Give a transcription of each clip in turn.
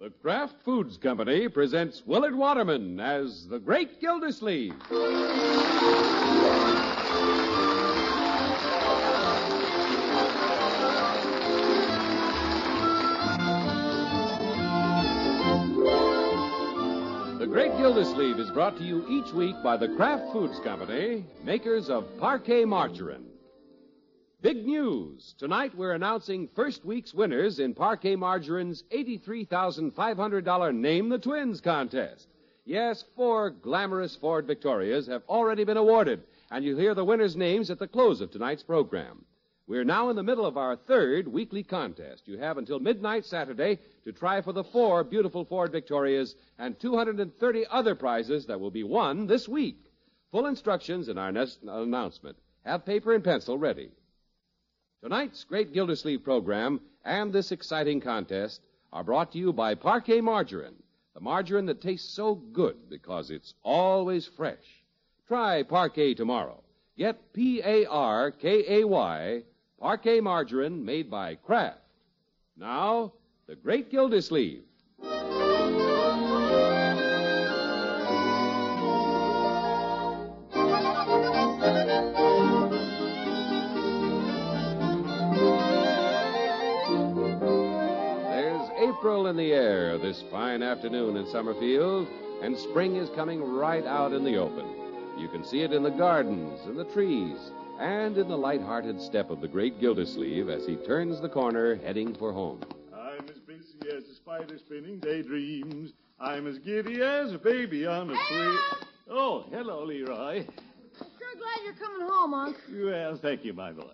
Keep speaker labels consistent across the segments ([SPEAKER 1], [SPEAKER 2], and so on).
[SPEAKER 1] The Kraft Foods Company presents Willard Waterman as the Great Gildersleeve. The Great Gildersleeve is brought to you each week by the Kraft Foods Company, makers of Parquet Margarine. Big news! Tonight we're announcing first week's winners in Parquet Margarine's $83,500 Name the Twins contest. Yes, four glamorous Ford Victorias have already been awarded, and you'll hear the winners' names at the close of tonight's program. We're now in the middle of our third weekly contest. You have until midnight Saturday to try for the four beautiful Ford Victorias and 230 other prizes that will be won this week. Full instructions in our next announcement. Have paper and pencil ready. Tonight's Great Gildersleeve program and this exciting contest are brought to you by Parquet Margarine, the margarine that tastes so good because it's always fresh. Try Parquet tomorrow. Get P A R K A Y, Parquet Margarine made by Kraft. Now, the Great Gildersleeve. There's April in the air this fine afternoon in Summerfield, and spring is coming right out in the open. You can see it in the gardens and the trees, and in the light-hearted step of the great Gildersleeve as he turns the corner heading for home.
[SPEAKER 2] I'm as busy as a spider spinning daydreams. I'm as giddy as a baby on a swing. Oh, hello, Leroy.
[SPEAKER 3] Sure glad you're coming home, Unc.
[SPEAKER 2] Well, thank you, my boy.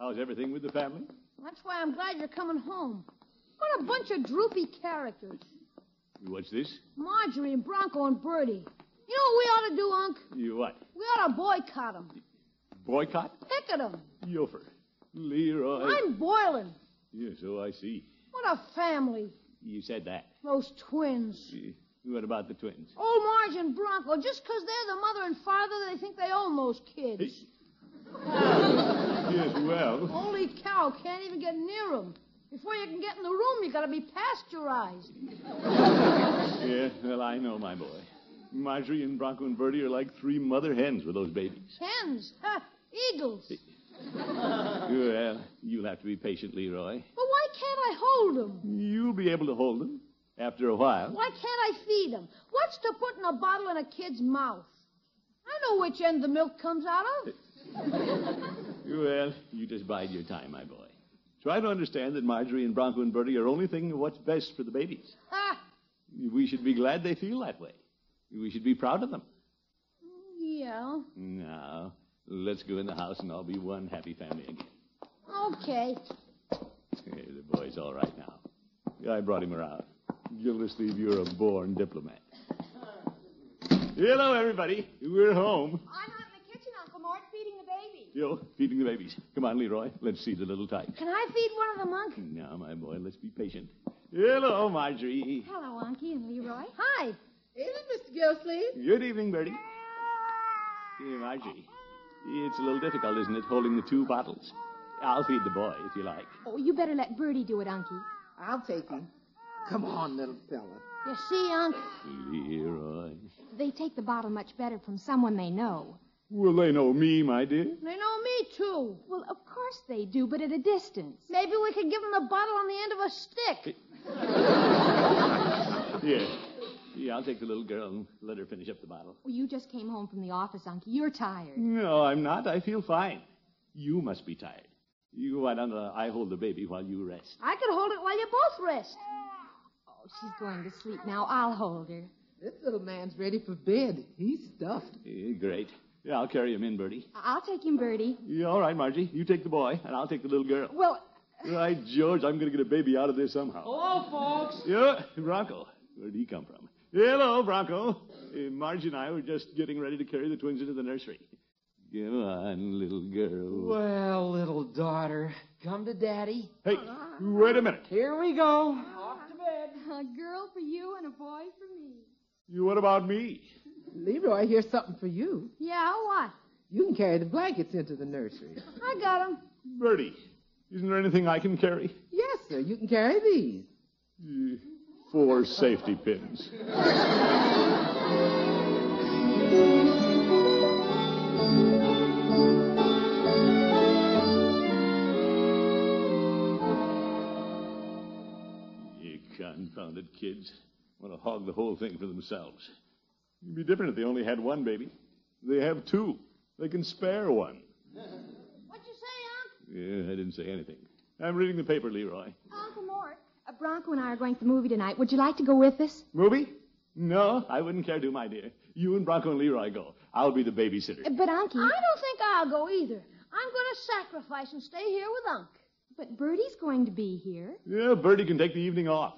[SPEAKER 2] How's everything with the family?
[SPEAKER 3] That's why I'm glad you're coming home. What a bunch of droopy characters.
[SPEAKER 2] What's this?
[SPEAKER 3] Marjorie and Bronco and Bertie. You know what we ought to do, Unc?
[SPEAKER 2] You what?
[SPEAKER 3] We ought to boycott them.
[SPEAKER 2] Boycott?
[SPEAKER 3] Pick at them.
[SPEAKER 2] Yofer. Leroy.
[SPEAKER 3] I'm boiling.
[SPEAKER 2] Yeah, so I see.
[SPEAKER 3] What a family.
[SPEAKER 2] You said that.
[SPEAKER 3] Those twins.
[SPEAKER 2] Eh, What about the twins?
[SPEAKER 3] Old Marge and Bronco, just 'cause they're the mother and father, they think they own those kids.
[SPEAKER 2] Yes, well.
[SPEAKER 3] Holy cow, can't even get near them. Before you can get in the room, you gotta be pasteurized.
[SPEAKER 2] Yeah, well, I know, my boy. Marjorie and Bronco and Bertie are like three mother hens with those babies.
[SPEAKER 3] Hens, ha, eagles.
[SPEAKER 2] Well, you'll have to be patient, Leroy.
[SPEAKER 3] But why can't I hold 'em?
[SPEAKER 2] You'll be able to hold them after a while.
[SPEAKER 3] Why can't I feed 'em? What's to put in a bottle in a kid's mouth? I know which end the milk comes out of.
[SPEAKER 2] Well, you just bide your time, my boy. Try to understand that Marjorie and Bronco and Bertie are only thinking of what's best for the babies.
[SPEAKER 3] Ha!
[SPEAKER 2] We should be glad they feel that way. We should be proud of them.
[SPEAKER 3] Yeah.
[SPEAKER 2] Now, let's go in the house and I'll be one happy family again.
[SPEAKER 3] Okay.
[SPEAKER 2] Hey, the boy's all right now. I brought him around. Gildersleeve, you're a born diplomat. Hello, everybody. We're home.
[SPEAKER 3] I'm out in the kitchen, Uncle Mort, feeding the baby.
[SPEAKER 2] Yo, feeding the babies. Come on, Leroy. Let's see the little tyke.
[SPEAKER 3] Can I feed one of them, Unc?
[SPEAKER 2] Now, my boy, let's be patient. Hello, Marjorie.
[SPEAKER 3] Hello, Unky and Leroy. Hi.
[SPEAKER 4] Isn't it, Mr. Gilsleeve?
[SPEAKER 2] Good evening, Bertie. Hey, Margie. It's a little difficult, isn't it, holding the two bottles? I'll feed the boy if you like.
[SPEAKER 5] Oh, you better let Bertie do it, Unky.
[SPEAKER 4] I'll take him. Come on, little fella.
[SPEAKER 3] You see, Unc?
[SPEAKER 2] Leroy.
[SPEAKER 5] They take the bottle much better from someone they know.
[SPEAKER 2] Well, they know me, my dear.
[SPEAKER 3] They know me, too.
[SPEAKER 5] Well, of course they do, but at a distance.
[SPEAKER 3] Maybe we could give 'em the bottle on the end of a stick.
[SPEAKER 2] Yeah. Yeah, I'll take the little girl and let her finish up the bottle.
[SPEAKER 5] Well, you just came home from the office, Unky. You're tired.
[SPEAKER 2] No, I'm not. I feel fine. You must be tired. You go right on. Uh, I hold the baby while you rest.
[SPEAKER 3] I could hold it while you both rest.
[SPEAKER 5] Oh, she's going to sleep now. I'll hold her.
[SPEAKER 4] This little man's ready for bed. He's stuffed.
[SPEAKER 2] Eh, great. Yeah, I'll carry him in, Bertie.
[SPEAKER 5] I- I'll take him, Bertie.
[SPEAKER 2] Yeah, all right, Margie. You take the boy, and I'll take the little girl.
[SPEAKER 5] Well,
[SPEAKER 2] Right, George, I'm going to get a baby out of this somehow.
[SPEAKER 4] Hello, folks.
[SPEAKER 2] Yeah, Bronco. Where'd he come from? Hello, Bronco. Uh, Marge and I were just getting ready to carry the twins into the nursery. Go on, little girl.
[SPEAKER 4] Well, little daughter, come to daddy.
[SPEAKER 2] Hey, wait a minute.
[SPEAKER 4] Here we go.
[SPEAKER 5] a girl for you and a boy for me.
[SPEAKER 2] You, what about me?
[SPEAKER 4] Leroy, here's something for you.
[SPEAKER 3] Yeah, what?
[SPEAKER 4] You can carry the blankets into the nursery.
[SPEAKER 3] I got 'em.
[SPEAKER 2] Bertie, isn't there anything I can carry?
[SPEAKER 4] Yes, sir, you can carry these.
[SPEAKER 2] Uh, four safety pins. You confounded kids want to hog the whole thing for themselves. It'd be different if they only had one baby. They have two. They can spare one.
[SPEAKER 3] What'd you say,
[SPEAKER 2] Yeah, I didn't say anything. I'm reading the paper, Leroy.
[SPEAKER 5] Uncle Mort, uh, Bronco and I are going to the movie tonight. Would you like to go with us?
[SPEAKER 2] Movie? No, I wouldn't care to, my dear. You and Bronco and Leroy go. I'll be the babysitter.
[SPEAKER 5] Uh, But Uncle,
[SPEAKER 3] Unc? I don't think I'll go either. I'm going to sacrifice and stay here with Unc.
[SPEAKER 5] but Bertie's going to be here.
[SPEAKER 2] Yeah, Bertie can take the evening off.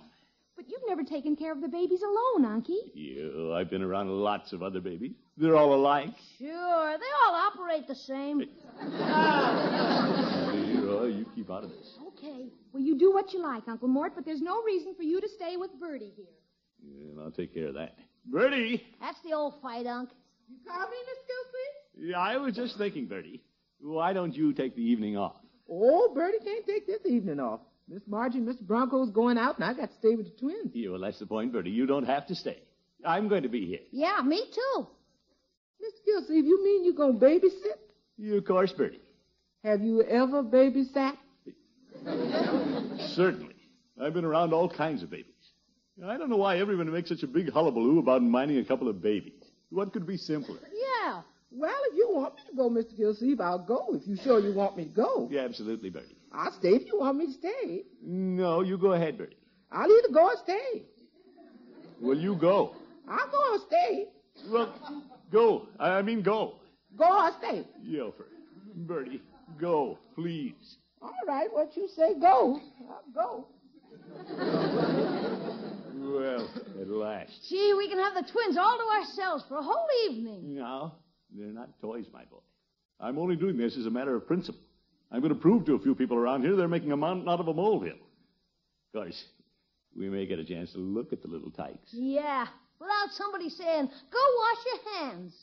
[SPEAKER 5] But you've never taken care of the babies alone, Unky.
[SPEAKER 2] Yeah, I've been around lots of other babies. They're all alike.
[SPEAKER 3] Sure, they all operate the same.
[SPEAKER 2] Leroy, you keep out of this.
[SPEAKER 3] Okay.
[SPEAKER 5] Well, you do what you like, Uncle Mort, but there's no reason for you to stay with Bertie here.
[SPEAKER 2] Yeah, and I'll take care of that. Bertie!
[SPEAKER 3] That's the old fight, Unc.
[SPEAKER 4] You call me, Miss Gilsey?
[SPEAKER 2] Yeah, I was just thinking, Bertie. Why don't you take the evening off?
[SPEAKER 4] Oh, Bertie can't take this evening off. Miss Margie and Mr. Bronco's going out, and I got to stay with the twins.
[SPEAKER 2] Yeah, well, that's the point, Bertie. You don't have to stay. I'm going to be here.
[SPEAKER 3] Yeah, me too.
[SPEAKER 4] Miss Gilsey, you mean you going to babysit?
[SPEAKER 2] You, of course, Bertie.
[SPEAKER 4] Have you ever babysat?
[SPEAKER 2] Certainly. I've been around all kinds of babies. I don't know why everyone makes such a big hullabaloo about mining a couple of babies. What could be simpler?
[SPEAKER 3] Yeah.
[SPEAKER 4] Well, if you want me to go, Mr. Gilsey, I'll go. If you sure you want me to go,
[SPEAKER 2] Yeah, absolutely, Bertie.
[SPEAKER 4] I'll stay if you want me to stay.
[SPEAKER 2] No, you go ahead, Bertie.
[SPEAKER 4] I'll either go or stay.
[SPEAKER 2] Well, you go.
[SPEAKER 4] I'll go or stay.
[SPEAKER 2] Well, go. I I mean, go.
[SPEAKER 4] Go or stay.
[SPEAKER 2] Yelfer. Bertie, go, please.
[SPEAKER 4] All right, what you say, go. I'll go.
[SPEAKER 2] Well, at last.
[SPEAKER 3] Gee, we can have the twins all to ourselves for a whole evening.
[SPEAKER 2] No, they're not toys, my boy. I'm only doing this as a matter of principle. I'm going to prove to a few people around here they're making a mountain out of a molehill. Of course, we may get a chance to look at the little tykes.
[SPEAKER 3] Yeah. Without somebody saying, go wash your hands.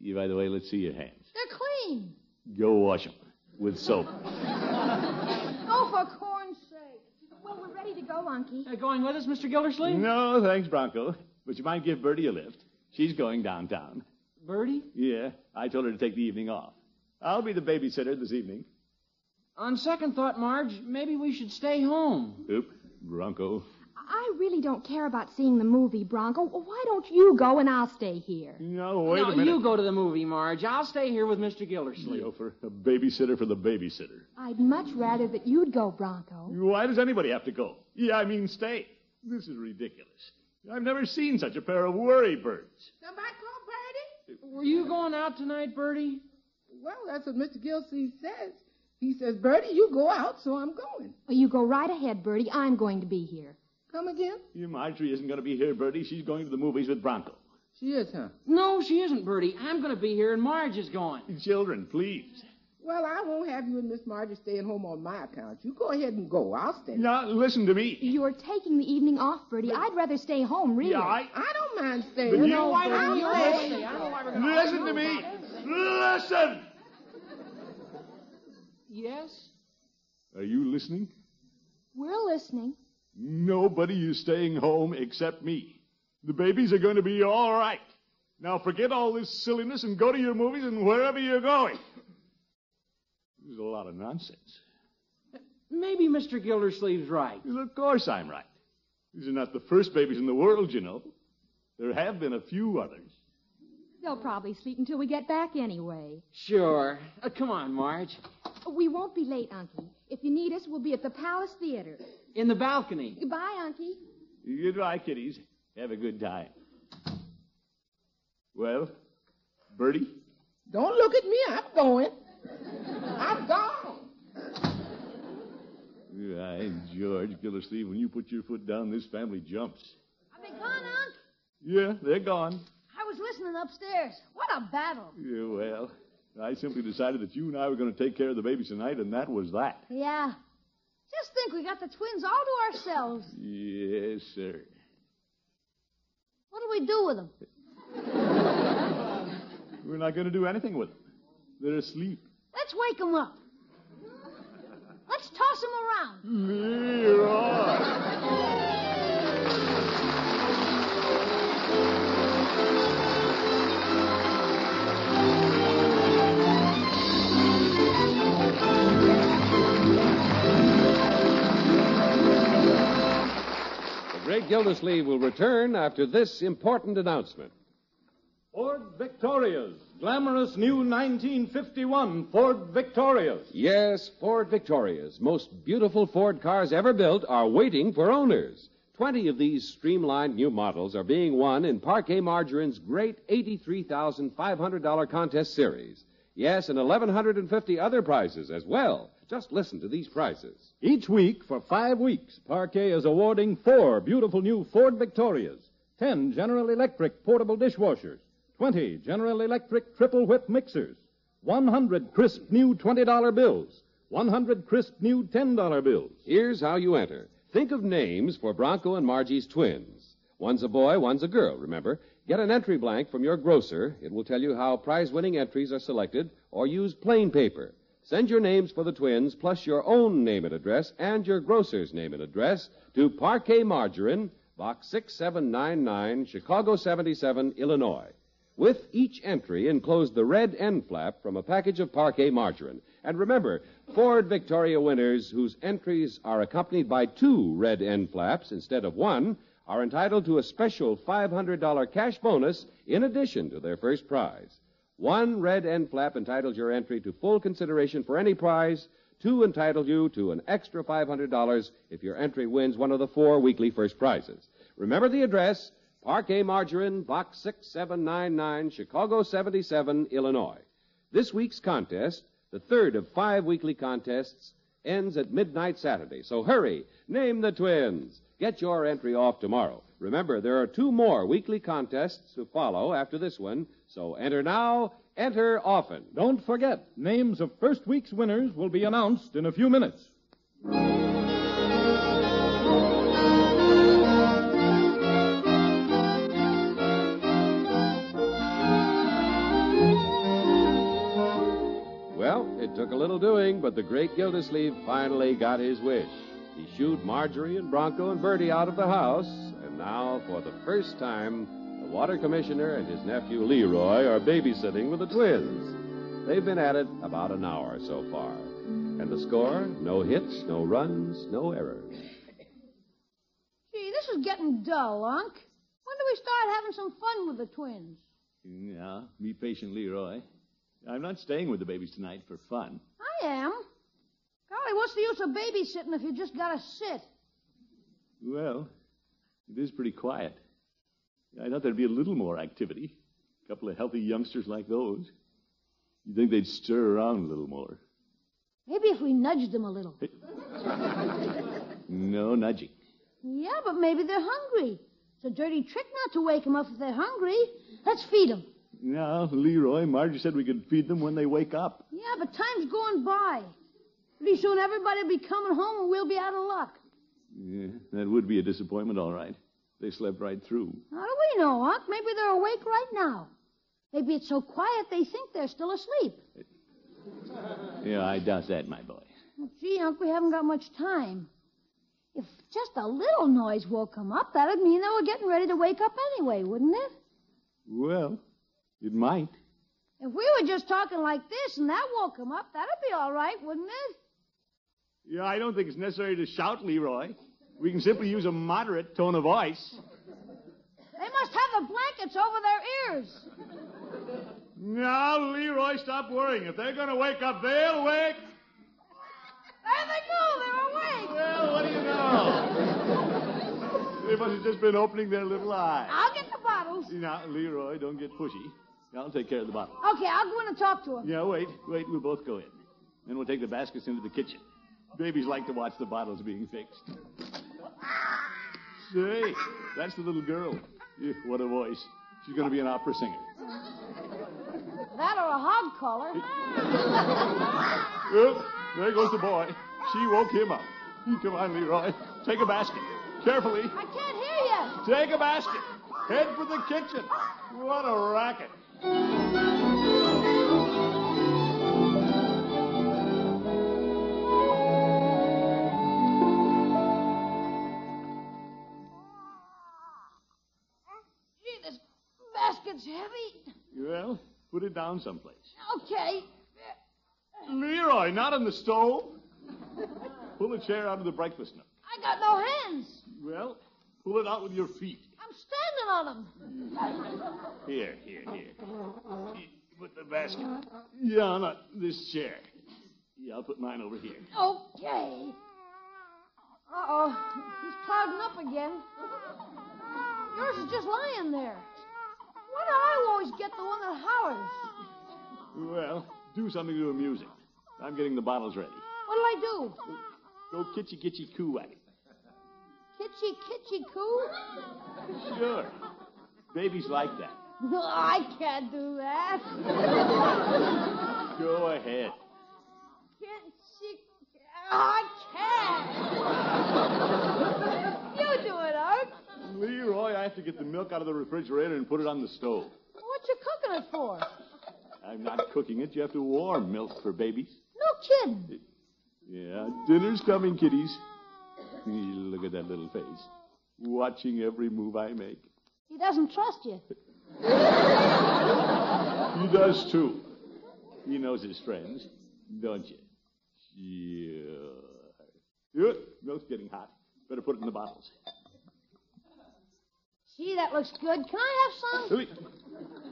[SPEAKER 2] Yeah, by the way, let's see your hands.
[SPEAKER 3] They're clean.
[SPEAKER 2] Go wash 'em with soap.
[SPEAKER 3] Oh, for corn's sake.
[SPEAKER 5] Well, we're ready to go, Unky.
[SPEAKER 6] going with us, Mr. Gildersleeve?
[SPEAKER 2] no, thanks, Bronco. But you might give Bertie a lift. She's going downtown.
[SPEAKER 6] Bertie?
[SPEAKER 2] Yeah, I told her to take the evening off. I'll be the babysitter this evening.
[SPEAKER 6] On second thought, Marge, maybe we should stay home.
[SPEAKER 2] Oop, Bronco.
[SPEAKER 5] I really don't care about seeing the movie, Bronco. Well, Why don't you go and I'll stay here?
[SPEAKER 2] No, wait
[SPEAKER 6] no,
[SPEAKER 2] a minute.
[SPEAKER 6] you go to the movie, Marge. I'll stay here with Mr. Gildersleeve.
[SPEAKER 2] Leo, for a babysitter for the babysitter.
[SPEAKER 5] I'd much rather that you'd go, Bronco.
[SPEAKER 2] Why does anybody have to go? Yeah, I mean stay. This is ridiculous. I've never seen such a pair of worry birds.
[SPEAKER 4] Somebody call Bertie?
[SPEAKER 6] Were you going out tonight, Bertie?
[SPEAKER 4] Well, that's what Mr. Gilsey says. He says, Bertie, you go out, so I'm going.
[SPEAKER 5] Well, you go right ahead, Bertie. I'm going to be here.
[SPEAKER 4] Come again?
[SPEAKER 2] Your Marjorie isn't going to be here, Bertie. She's going to the movies with Bronco.
[SPEAKER 4] She is, huh?
[SPEAKER 6] No, she isn't, Bertie. I'm going to be here, and Marge is going.
[SPEAKER 2] Children, please.
[SPEAKER 4] Well, I won't have you and Miss Margie staying home on my account. You go ahead and go. I'll stay.
[SPEAKER 2] Now, listen to me.
[SPEAKER 5] You're taking the evening off, Bertie. I'd rather stay home, really.
[SPEAKER 2] Yeah, I...
[SPEAKER 4] I don't mind staying.
[SPEAKER 2] But you- Why don't
[SPEAKER 4] I'll
[SPEAKER 2] you
[SPEAKER 4] stay.
[SPEAKER 6] I don't know why we're going
[SPEAKER 2] Listen to me. Listen!
[SPEAKER 6] Yes?
[SPEAKER 2] Are you listening?
[SPEAKER 5] We're listening.
[SPEAKER 2] Nobody is staying home except me. The babies are going to be all right. Now forget all this silliness and go to your movies and wherever you're going. This is a lot of nonsense.
[SPEAKER 6] Maybe Mr. Gildersleeve's right.
[SPEAKER 2] Well, of course I'm right. These are not the first babies in the world, you know. There have been a few others.
[SPEAKER 5] They'll probably sleep until we get back anyway.
[SPEAKER 6] Sure. Uh, come on, Marge.
[SPEAKER 5] We won't be late, Unky. If you need us, we'll be at the Palace Theater.
[SPEAKER 6] In the balcony.
[SPEAKER 5] Goodbye, Unky.
[SPEAKER 2] Goodbye, kiddies. Have a good time. Well, Bertie?
[SPEAKER 4] Don't look at me. I'm going. I'm gone.
[SPEAKER 2] Why, George Gildersleeve, when you put your foot down, this family jumps.
[SPEAKER 3] Are they gone, Unc?
[SPEAKER 2] Yeah, they're gone.
[SPEAKER 3] I was listening upstairs. What a battle.
[SPEAKER 2] Yeah, well, I simply decided that you and I were going to take care of the babies tonight, and that was that.
[SPEAKER 3] Yeah. Just think we got the twins all to ourselves.
[SPEAKER 2] Yes, sir.
[SPEAKER 3] What do we do with them?
[SPEAKER 2] We're not going to do anything with them. They're asleep.
[SPEAKER 3] Let's wake them up. Let's toss them around.
[SPEAKER 2] Leroy!
[SPEAKER 1] Greg Gildersleeve will return after this important announcement.
[SPEAKER 2] Ford Victorias, glamorous new 1951 Ford Victorias.
[SPEAKER 1] Yes, Ford Victorias, most beautiful Ford cars ever built, are waiting for owners. Twenty of these streamlined new models are being won in Parquet Margarine's great $83,500 contest series. Yes, and 1,150 other prizes as well. Just listen to these prizes.
[SPEAKER 7] Each week for five weeks, Parquet is awarding four beautiful new Ford Victorias, 10 General Electric portable dishwashers, 20 General Electric triple whip mixers, 100 crisp new $20 bills, 100 crisp new $10 bills.
[SPEAKER 1] Here's how you enter. Think of names for Bronco and Margie's twins. One's a boy, one's a girl, remember? Get an entry blank from your grocer. It will tell you how prize winning entries are selected, or use plain paper. Send your names for the twins, plus your own name and address, and your grocer's name and address, to Parquet Margarine, Box 6799, Chicago 77, Illinois. With each entry, enclose the red end flap from a package of Parquet Margarine. And remember, Ford Victoria winners whose entries are accompanied by two red end flaps instead of one are entitled to a special $500 cash bonus in addition to their first prize. One red end flap entitles your entry to full consideration for any prize. Two entitle you to an extra $500 if your entry wins one of the four weekly first prizes. Remember the address Parquet Margarine, Box 6799, Chicago 77, Illinois. This week's contest, the third of five weekly contests, ends at midnight Saturday. So hurry, name the twins. Get your entry off tomorrow. Remember, there are two more weekly contests to follow after this one, so enter now, enter often.
[SPEAKER 7] Don't forget, names of first week's winners will be announced in a few minutes.
[SPEAKER 1] Well, it took a little doing, but the great Gildersleeve finally got his wish. He shooed Marjorie and Bronco and Bertie out of the house, and now, for the first time, the water commissioner and his nephew Leroy are babysitting with the twins. They've been at it about an hour so far. And the score no hits, no runs, no errors.
[SPEAKER 3] Gee, this is getting dull, Unc. When do we start having some fun with the twins?
[SPEAKER 2] Yeah, be patient, Leroy. I'm not staying with the babies tonight for fun.
[SPEAKER 3] I am. Golly, what's the use of babysitting if you just gotta sit?
[SPEAKER 2] Well, it is pretty quiet. I thought there'd be a little more activity. A couple of healthy youngsters like those. You'd think they'd stir around a little more.
[SPEAKER 3] Maybe if we nudged them a little.
[SPEAKER 2] No nudging.
[SPEAKER 3] Yeah, but maybe they're hungry. It's a dirty trick not to wake them up if they're hungry. Let's feed them.
[SPEAKER 2] Now, Leroy, Marge said we could feed them when they wake up.
[SPEAKER 3] Yeah, but time's going by. Pretty soon everybody'll be coming home and we'll be out of luck.
[SPEAKER 2] Yeah, that would be a disappointment, all right. They slept right through.
[SPEAKER 3] How do we know, Unc? Maybe they're awake right now. Maybe it's so quiet they think they're still asleep.
[SPEAKER 2] Yeah, I doubt that, my boy.
[SPEAKER 3] Oh, Gee, Unc, we haven't got much time. If just a little noise woke them up, that'd mean they were getting ready to wake up anyway, wouldn't it?
[SPEAKER 2] Well, it might.
[SPEAKER 3] If we were just talking like this and that woke them up, that'd be all right, wouldn't it?
[SPEAKER 2] Yeah, I don't think it's necessary to shout, Leroy. We can simply use a moderate tone of voice.
[SPEAKER 3] They must have the blankets over their ears.
[SPEAKER 2] Now, Leroy, stop worrying. If they're going to wake up, they'll wake.
[SPEAKER 3] There they go, they're awake.
[SPEAKER 2] Well, what do you know? they must have just been opening their little eyes.
[SPEAKER 3] I'll get the bottles.
[SPEAKER 2] Now, Leroy, don't get pushy. I'll take care of the bottle.
[SPEAKER 3] Okay, I'll go in and talk to him.
[SPEAKER 2] Yeah, wait, wait. We'll both go in. Then we'll take the baskets into the kitchen. Babies like to watch the bottles being fixed. Say, that's the little girl. Yeah, what a voice. She's going to be an opera singer.
[SPEAKER 3] That or a hog collar.
[SPEAKER 2] Oop, there goes the boy. She woke him up. Come on, Leroy. Take a basket. Carefully.
[SPEAKER 3] I can't hear you.
[SPEAKER 2] Take a basket. Head for the kitchen. What a racket.
[SPEAKER 3] Gee, this basket's heavy.
[SPEAKER 2] Well, put it down someplace.
[SPEAKER 3] Okay.
[SPEAKER 2] Leroy, not on the stove. Pull a chair out of the breakfast nook.
[SPEAKER 3] I got no hands.
[SPEAKER 2] Well, pull Pull it out with your feet.
[SPEAKER 3] I'm standing on them.
[SPEAKER 2] Here, here, here. Put the basket. Yeah, on uh, this chair. Yeah, I'll put mine over here.
[SPEAKER 3] Okay. Uh oh, he's clouding up again. Yours is just lying there. Why do I always get the one that hollers?
[SPEAKER 2] Well, do something to amuse it. I'm getting the bottles ready.
[SPEAKER 3] What'll I do?
[SPEAKER 2] Go kitchy kitchy coo at it.
[SPEAKER 3] Kitschy, kitschy, coo?
[SPEAKER 2] Sure. Babies like that.
[SPEAKER 3] I can't do that.
[SPEAKER 2] Go ahead.
[SPEAKER 3] Kitschy, I can't. you do it, Art.
[SPEAKER 2] Leroy, I have to get the milk out of the refrigerator and put it on the stove.
[SPEAKER 3] What you cooking it for?
[SPEAKER 2] I'm not cooking it. You have to warm milk for babies.
[SPEAKER 3] No kidding.
[SPEAKER 2] Yeah, dinner's coming, kiddies. Look at that little face, watching every move I make.
[SPEAKER 3] He doesn't trust you.
[SPEAKER 2] He does too. He knows his friends, don't you? Sure. Good. Milk's getting hot. Better put it in the bottles.
[SPEAKER 3] Gee, that looks good. Can I have some?
[SPEAKER 2] Hurry.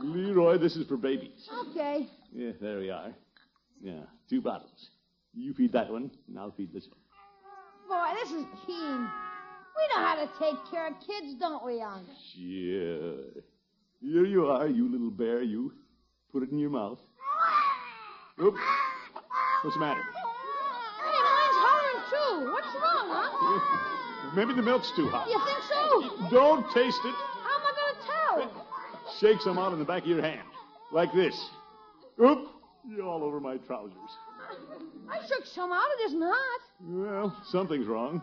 [SPEAKER 2] Leroy, this is for babies.
[SPEAKER 3] Okay.
[SPEAKER 2] Yeah, there we are. Yeah, two bottles. You feed that one, and I'll feed this one.
[SPEAKER 3] Boy, this is keen. We know how to take care of kids, don't we, Unc?
[SPEAKER 2] Sure. Here you are, you little bear, you. Put it in your mouth. Oop. What's the matter?
[SPEAKER 3] Hey, mine's hollering too. What's wrong, Unc?
[SPEAKER 2] Maybe the milk's too hot.
[SPEAKER 3] You think so?
[SPEAKER 2] Don't taste it.
[SPEAKER 3] How am I going to tell?
[SPEAKER 2] Shake some out in the back of your hand. Like this. Oop. You're all over my trousers.
[SPEAKER 3] I shook some out. It isn't hot.
[SPEAKER 2] Well, something's wrong.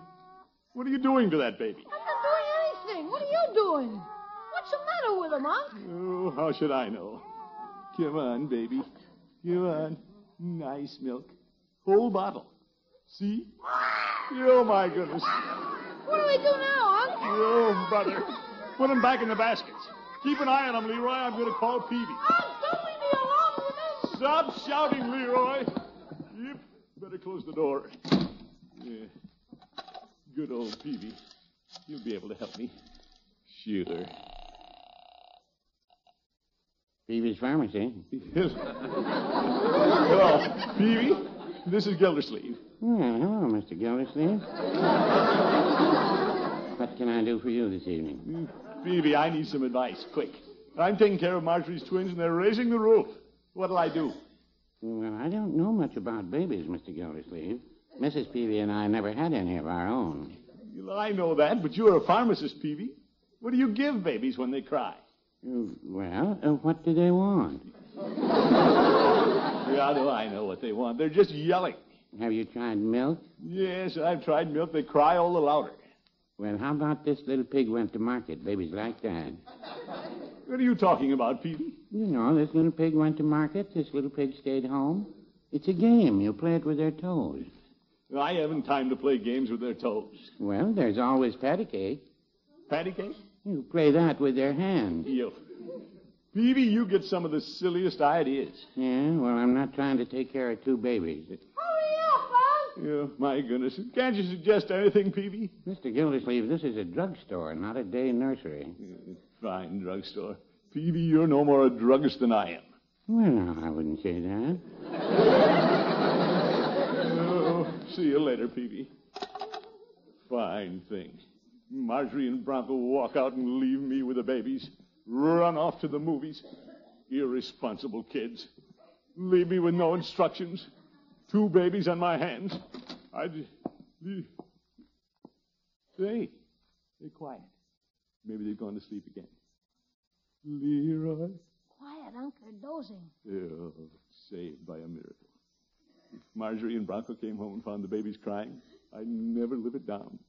[SPEAKER 2] What are you doing to that baby?
[SPEAKER 3] I'm not doing anything. What are you doing? What's the matter with him, Unc?
[SPEAKER 2] Oh, how should I know? Come on, baby. Come on. Nice milk. Whole bottle. See? Oh, my goodness.
[SPEAKER 3] What do we do now, Unc?
[SPEAKER 2] Oh, brother. Put him back in the baskets. Keep an eye on him, Leroy. I'm going to call Peavy.
[SPEAKER 3] Unc, don't leave me alone with this.
[SPEAKER 2] Stop shouting, Leroy. Yep. Better close the door. Yeah. Good old Peavy. You'll be able to help me. Sure.
[SPEAKER 8] Peavy's Pharmacy.
[SPEAKER 2] Hello, Peavy. This is Gildersleeve.
[SPEAKER 8] Yeah, hello, Mr. Gildersleeve. what can I do for you this evening?
[SPEAKER 2] Peavy, I need some advice, quick. I'm taking care of Marjorie's twins, and they're raising the roof. What'll I do?
[SPEAKER 8] Well, I don't know much about babies, Mr. Gildersleeve. Mrs. Peavy and I never had any of our own.
[SPEAKER 2] Well, I know that, but you're a pharmacist, Peavy. What do you give babies when they cry?
[SPEAKER 8] Uh, Well, uh, what do they want?
[SPEAKER 2] Yeah, I know, I know what they want. They're just yelling.
[SPEAKER 8] Have you tried milk?
[SPEAKER 2] Yes, I've tried milk. They cry all the louder.
[SPEAKER 8] Well, how about this little pig went to market? Babies like that.
[SPEAKER 2] What are you talking about, Peavy?
[SPEAKER 8] You know, this little pig went to market. This little pig stayed home. It's a game. You play it with their toes.
[SPEAKER 2] I haven't time to play games with their toes.
[SPEAKER 8] Well, there's always patty cake.
[SPEAKER 2] Patty cake?
[SPEAKER 8] You play that with their hands.
[SPEAKER 2] You. Peavy, you get some of the silliest ideas.
[SPEAKER 8] Yeah, well, I'm not trying to take care of two babies.
[SPEAKER 3] Hurry up, Unc.
[SPEAKER 2] Oh, my goodness. Can't you suggest anything, Peavy?
[SPEAKER 8] Mr. Gildersleeve, this is a drugstore, not a day nursery.
[SPEAKER 2] Fine drugstore. Peavy, you're no more a druggist than I am.
[SPEAKER 8] Well, no, I wouldn't say that.
[SPEAKER 2] Oh, see you later, Peavy. Fine thing. Marjorie and Bronco walk out and leave me with the babies. Run off to the movies. Irresponsible kids. Leave me with no instructions. Two babies on my hands. I'd. Hey, they're quiet. Maybe they've gone to sleep again. Leroy.
[SPEAKER 3] Quiet, Unc. They're dozing.
[SPEAKER 2] Oh, saved by a miracle. If Marjorie and Bronco came home and found the babies crying, I'd never live it down.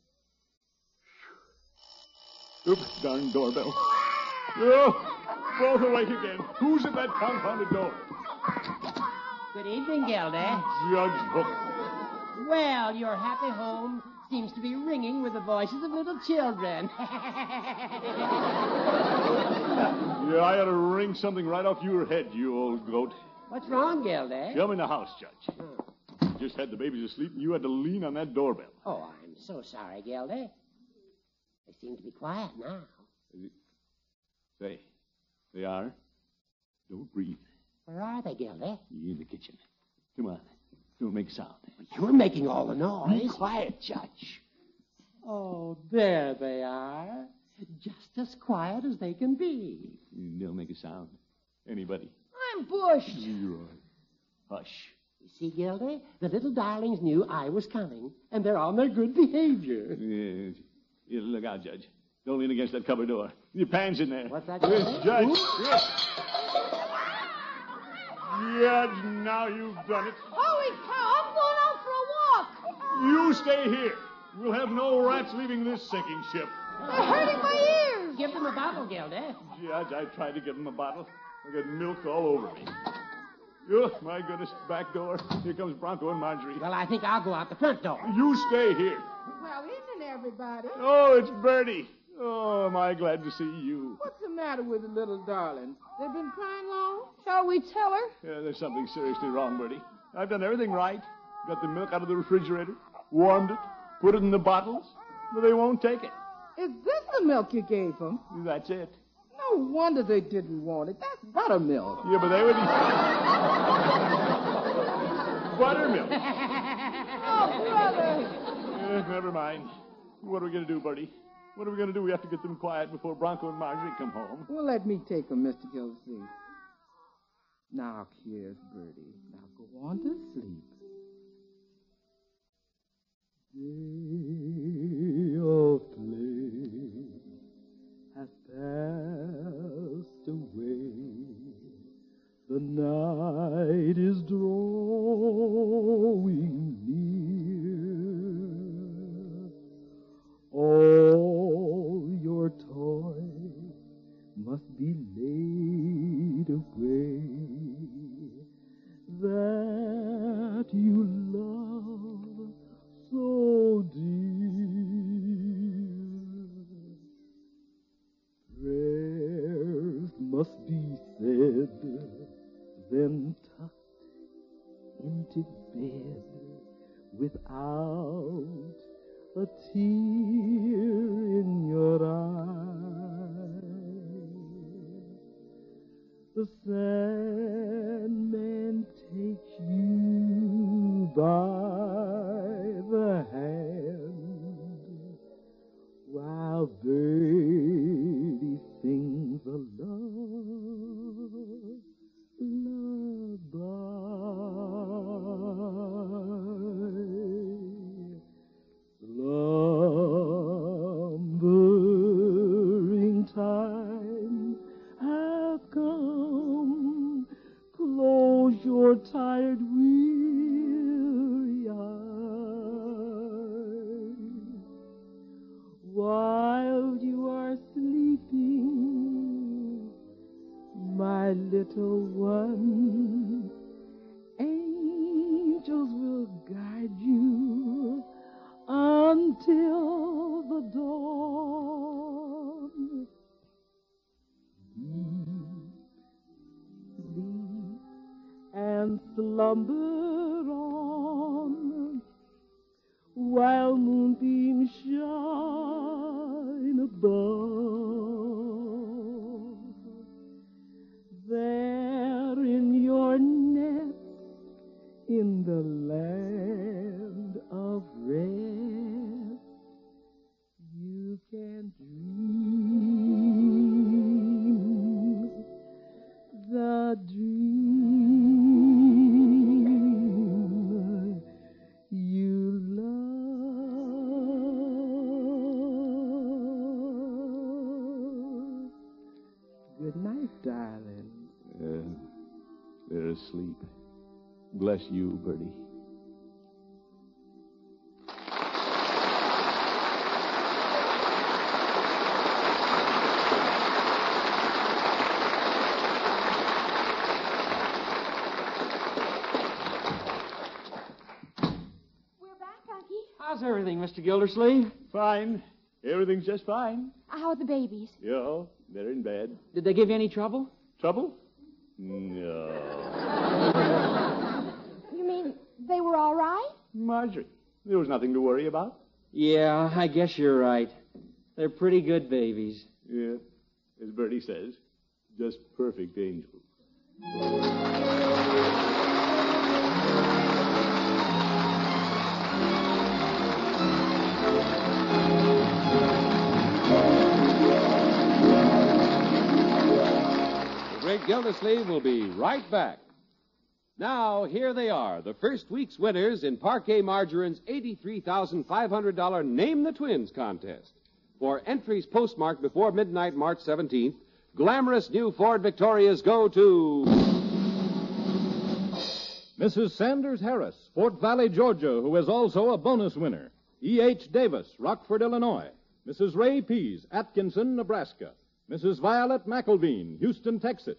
[SPEAKER 2] Oops, darn doorbell. Oh, both awake again. Who's at that confounded door?
[SPEAKER 9] Good evening, Gilda.
[SPEAKER 2] Judge Hook.
[SPEAKER 9] Well, your happy home seems to be ringing with the voices of little children.
[SPEAKER 2] Yeah, I ought to wring something right off your head, you old goat.
[SPEAKER 9] What's wrong, Gilda?
[SPEAKER 2] Come in the house, Judge. Just had the babies asleep, and you had to lean on that doorbell.
[SPEAKER 9] Oh, I'm so sorry, Gilda. They seem to be quiet now.
[SPEAKER 2] Say, they are. Don't breathe.
[SPEAKER 9] Where are they, Gildy?
[SPEAKER 2] You're in the kitchen. Come on. Don't make a sound.
[SPEAKER 9] You're making all the noise.
[SPEAKER 2] Be quiet, Judge.
[SPEAKER 9] Hmm? Oh, there they are. Just as quiet as they can be.
[SPEAKER 2] They'll make a sound. Anybody.
[SPEAKER 3] I'm bushed.
[SPEAKER 2] You're right. Hush.
[SPEAKER 9] You see, Gildy, the little darlings knew I was coming, and they're on their good behavior.
[SPEAKER 2] Yes. Yeah, look out, Judge. Don't lean against that cupboard door. Your pan's in there.
[SPEAKER 9] What's that?
[SPEAKER 2] Yes, Judge. Yes. Judge, now you've done it.
[SPEAKER 3] Holy cow, I'm going out for a walk.
[SPEAKER 2] You stay here. We'll have no rats leaving this sinking ship.
[SPEAKER 3] They're hurting my ears.
[SPEAKER 9] Give them a bottle, Gildy.
[SPEAKER 2] Judge, I tried to give him a bottle. I got milk all over me. Oh, my goodness, back door. Here comes Bronco and Marjorie.
[SPEAKER 9] Well, I think I'll go out the front door.
[SPEAKER 2] You stay here.
[SPEAKER 4] Well, isn't everybody?
[SPEAKER 2] Oh, it's Bertie. Oh, am I glad to see you.
[SPEAKER 4] What's the matter with the little darlings? They've been crying long?
[SPEAKER 3] Shall we tell her?
[SPEAKER 2] Yeah, there's something seriously wrong, Bertie. I've done everything right. Got the milk out of the refrigerator, warmed it, put it in the bottles, but they won't take it.
[SPEAKER 4] Is this the milk you gave them?
[SPEAKER 2] That's it.
[SPEAKER 4] No wonder they didn't want it. That's buttermilk.
[SPEAKER 2] Yeah, but they would be. Buttermilk.
[SPEAKER 3] Oh, brother.
[SPEAKER 2] Eh, never mind. What are we going to do, Bertie? What are we going to do? We have to get them quiet before Bronco and Marjorie come home.
[SPEAKER 4] Well, let me take them, Mr. Gildersleeve. Now, here's Bertie. Now go on to sleep. Day of play has passed away. The night is drawing near. All your toys must be laid away that you love so dear. Prayers must be said, then tucked into bed without a tear in your eye. The Sandman takes you by the hand while Birdie sings a love lullaby. Slumbering time have come. Close your tired, weary eyes. While you are sleeping, my little one. Angels will guide you until the dawn. Deep sleep and slumber on while moonbeams shine above. There in your nest, in the land of rest, you can dream the dream you love. Good night, darling.
[SPEAKER 2] Uh, they're asleep. Bless you, Bertie.
[SPEAKER 5] We're back, Unky.
[SPEAKER 6] How's everything, Mr. Gildersleeve?
[SPEAKER 2] Fine. Everything's just fine.
[SPEAKER 5] How are the babies?
[SPEAKER 2] Yeah, they're in bed.
[SPEAKER 6] Did they give you any trouble?
[SPEAKER 2] Trouble? No.
[SPEAKER 5] You mean they were all right?
[SPEAKER 2] Marjorie, there was nothing to worry about.
[SPEAKER 6] Yeah, I guess you're right.
[SPEAKER 10] They're pretty good babies.
[SPEAKER 2] Yeah, as Bertie says, just perfect angels.
[SPEAKER 1] The Great Gildersleeve will be right back. Now, here they are, the first week's winners in Parquet Margarine's $83,500 Name the Twins contest. For entries postmarked before midnight, March 17th, glamorous new Ford Victorias go to.
[SPEAKER 7] Mrs. Sanders Harris, Fort Valley, Georgia, who is also a bonus winner.
[SPEAKER 1] E
[SPEAKER 7] E.H. Davis, Rockford, Illinois. Mrs. Ray Pease, Atkinson, Nebraska. Mrs. Violet McElveen, Houston, Texas.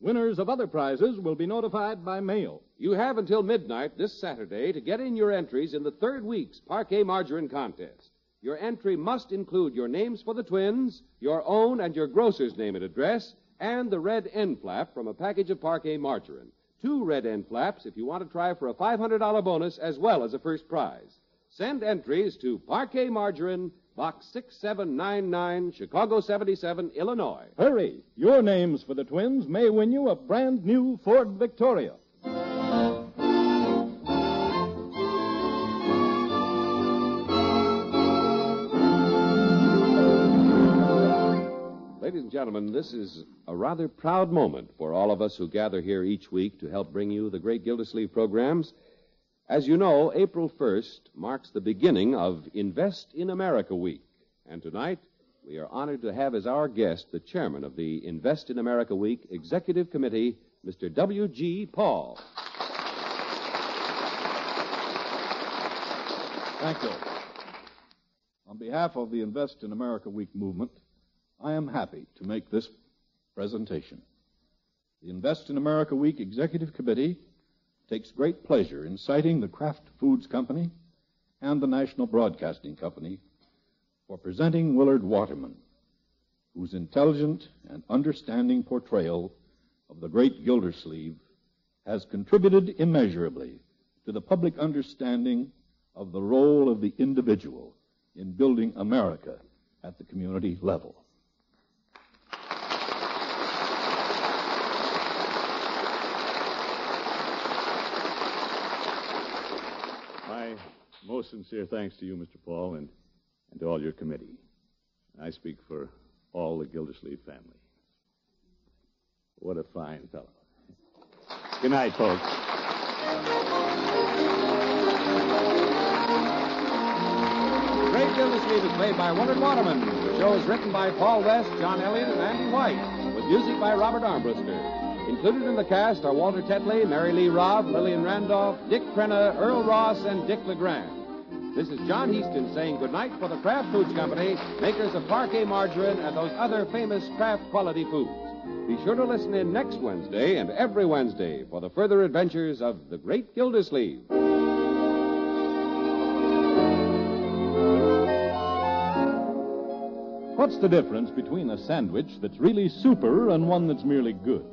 [SPEAKER 7] Winners of other prizes will be notified by mail.
[SPEAKER 1] You have until midnight this Saturday to get in your entries in the third week's Parquet Margarine contest. Your entry must include your names for the twins, your own and your grocer's name and address, and the red end flap from a package of Parquet Margarine. Two red end flaps if you want to try for a $500 bonus as well as a first prize. Send entries to Parquet Margarine, Box 6799, Chicago 77, Illinois.
[SPEAKER 7] Hurry! Your names for the twins may win you a brand new Ford Victoria.
[SPEAKER 1] Ladies and gentlemen, this is a rather proud moment for all of us who gather here each week to help bring you the great Gildersleeve programs. As you know, April 1st marks the beginning of Invest in America Week. And tonight, we are honored to have as our guest the chairman of the Invest in America Week Executive Committee, Mr. W.G. Paul.
[SPEAKER 11] Thank you. On behalf of the Invest in America Week movement, I am happy to make this presentation. The Invest in America Week Executive Committee takes great pleasure in citing the Kraft Foods Company and the National Broadcasting Company for presenting Willard Waterman, whose intelligent and understanding portrayal of the great Gildersleeve has contributed immeasurably to the public understanding of the role of the individual in building America at the community level.
[SPEAKER 2] My most sincere thanks to you, Mr. Paul, and, and to all your committee. I speak for all the Gildersleeve family. What a fine fellow. Good night, folks.
[SPEAKER 1] The Great Gildersleeve is played by Willard Waterman. The show is written by Paul West, John Elliott, and Andy White, with music by Robert Armbruster. Included in the cast are Walter Tetley, Mary Lee Robb, Lillian Randolph, Dick Crenna, Earl Ross, and Dick LeGrand. This is John Heaston saying goodnight for the Kraft Foods Company, makers of parquet margarine and those other famous Kraft quality foods. Be sure to listen in next Wednesday and every Wednesday for the further adventures of the Great Gildersleeve.
[SPEAKER 7] What's the difference between a sandwich that's really super and one that's merely good?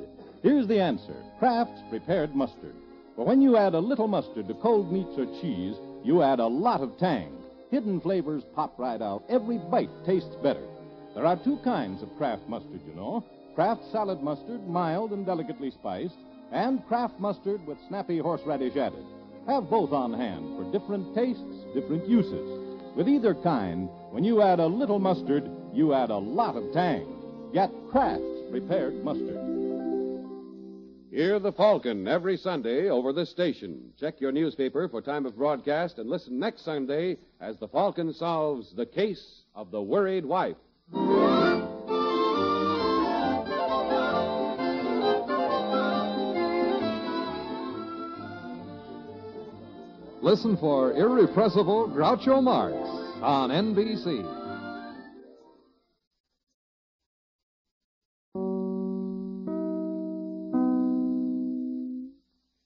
[SPEAKER 7] Here's the answer Kraft's prepared mustard. For when you add a little mustard to cold meats or cheese, you add a lot of tang. Hidden flavors pop right out. Every bite tastes better. There are two kinds of Kraft mustard, you know Kraft salad mustard, mild and delicately spiced, and Kraft mustard with snappy horseradish added. Have both on hand for different tastes, different uses. With either kind, when you add a little mustard, you add a lot of tang. Get Kraft's prepared mustard.
[SPEAKER 1] Hear the Falcon every Sunday over this station. Check your newspaper for time of broadcast and listen next Sunday as the Falcon solves the case of the worried wife.
[SPEAKER 12] Listen for Irrepressible Groucho Marx on NBC.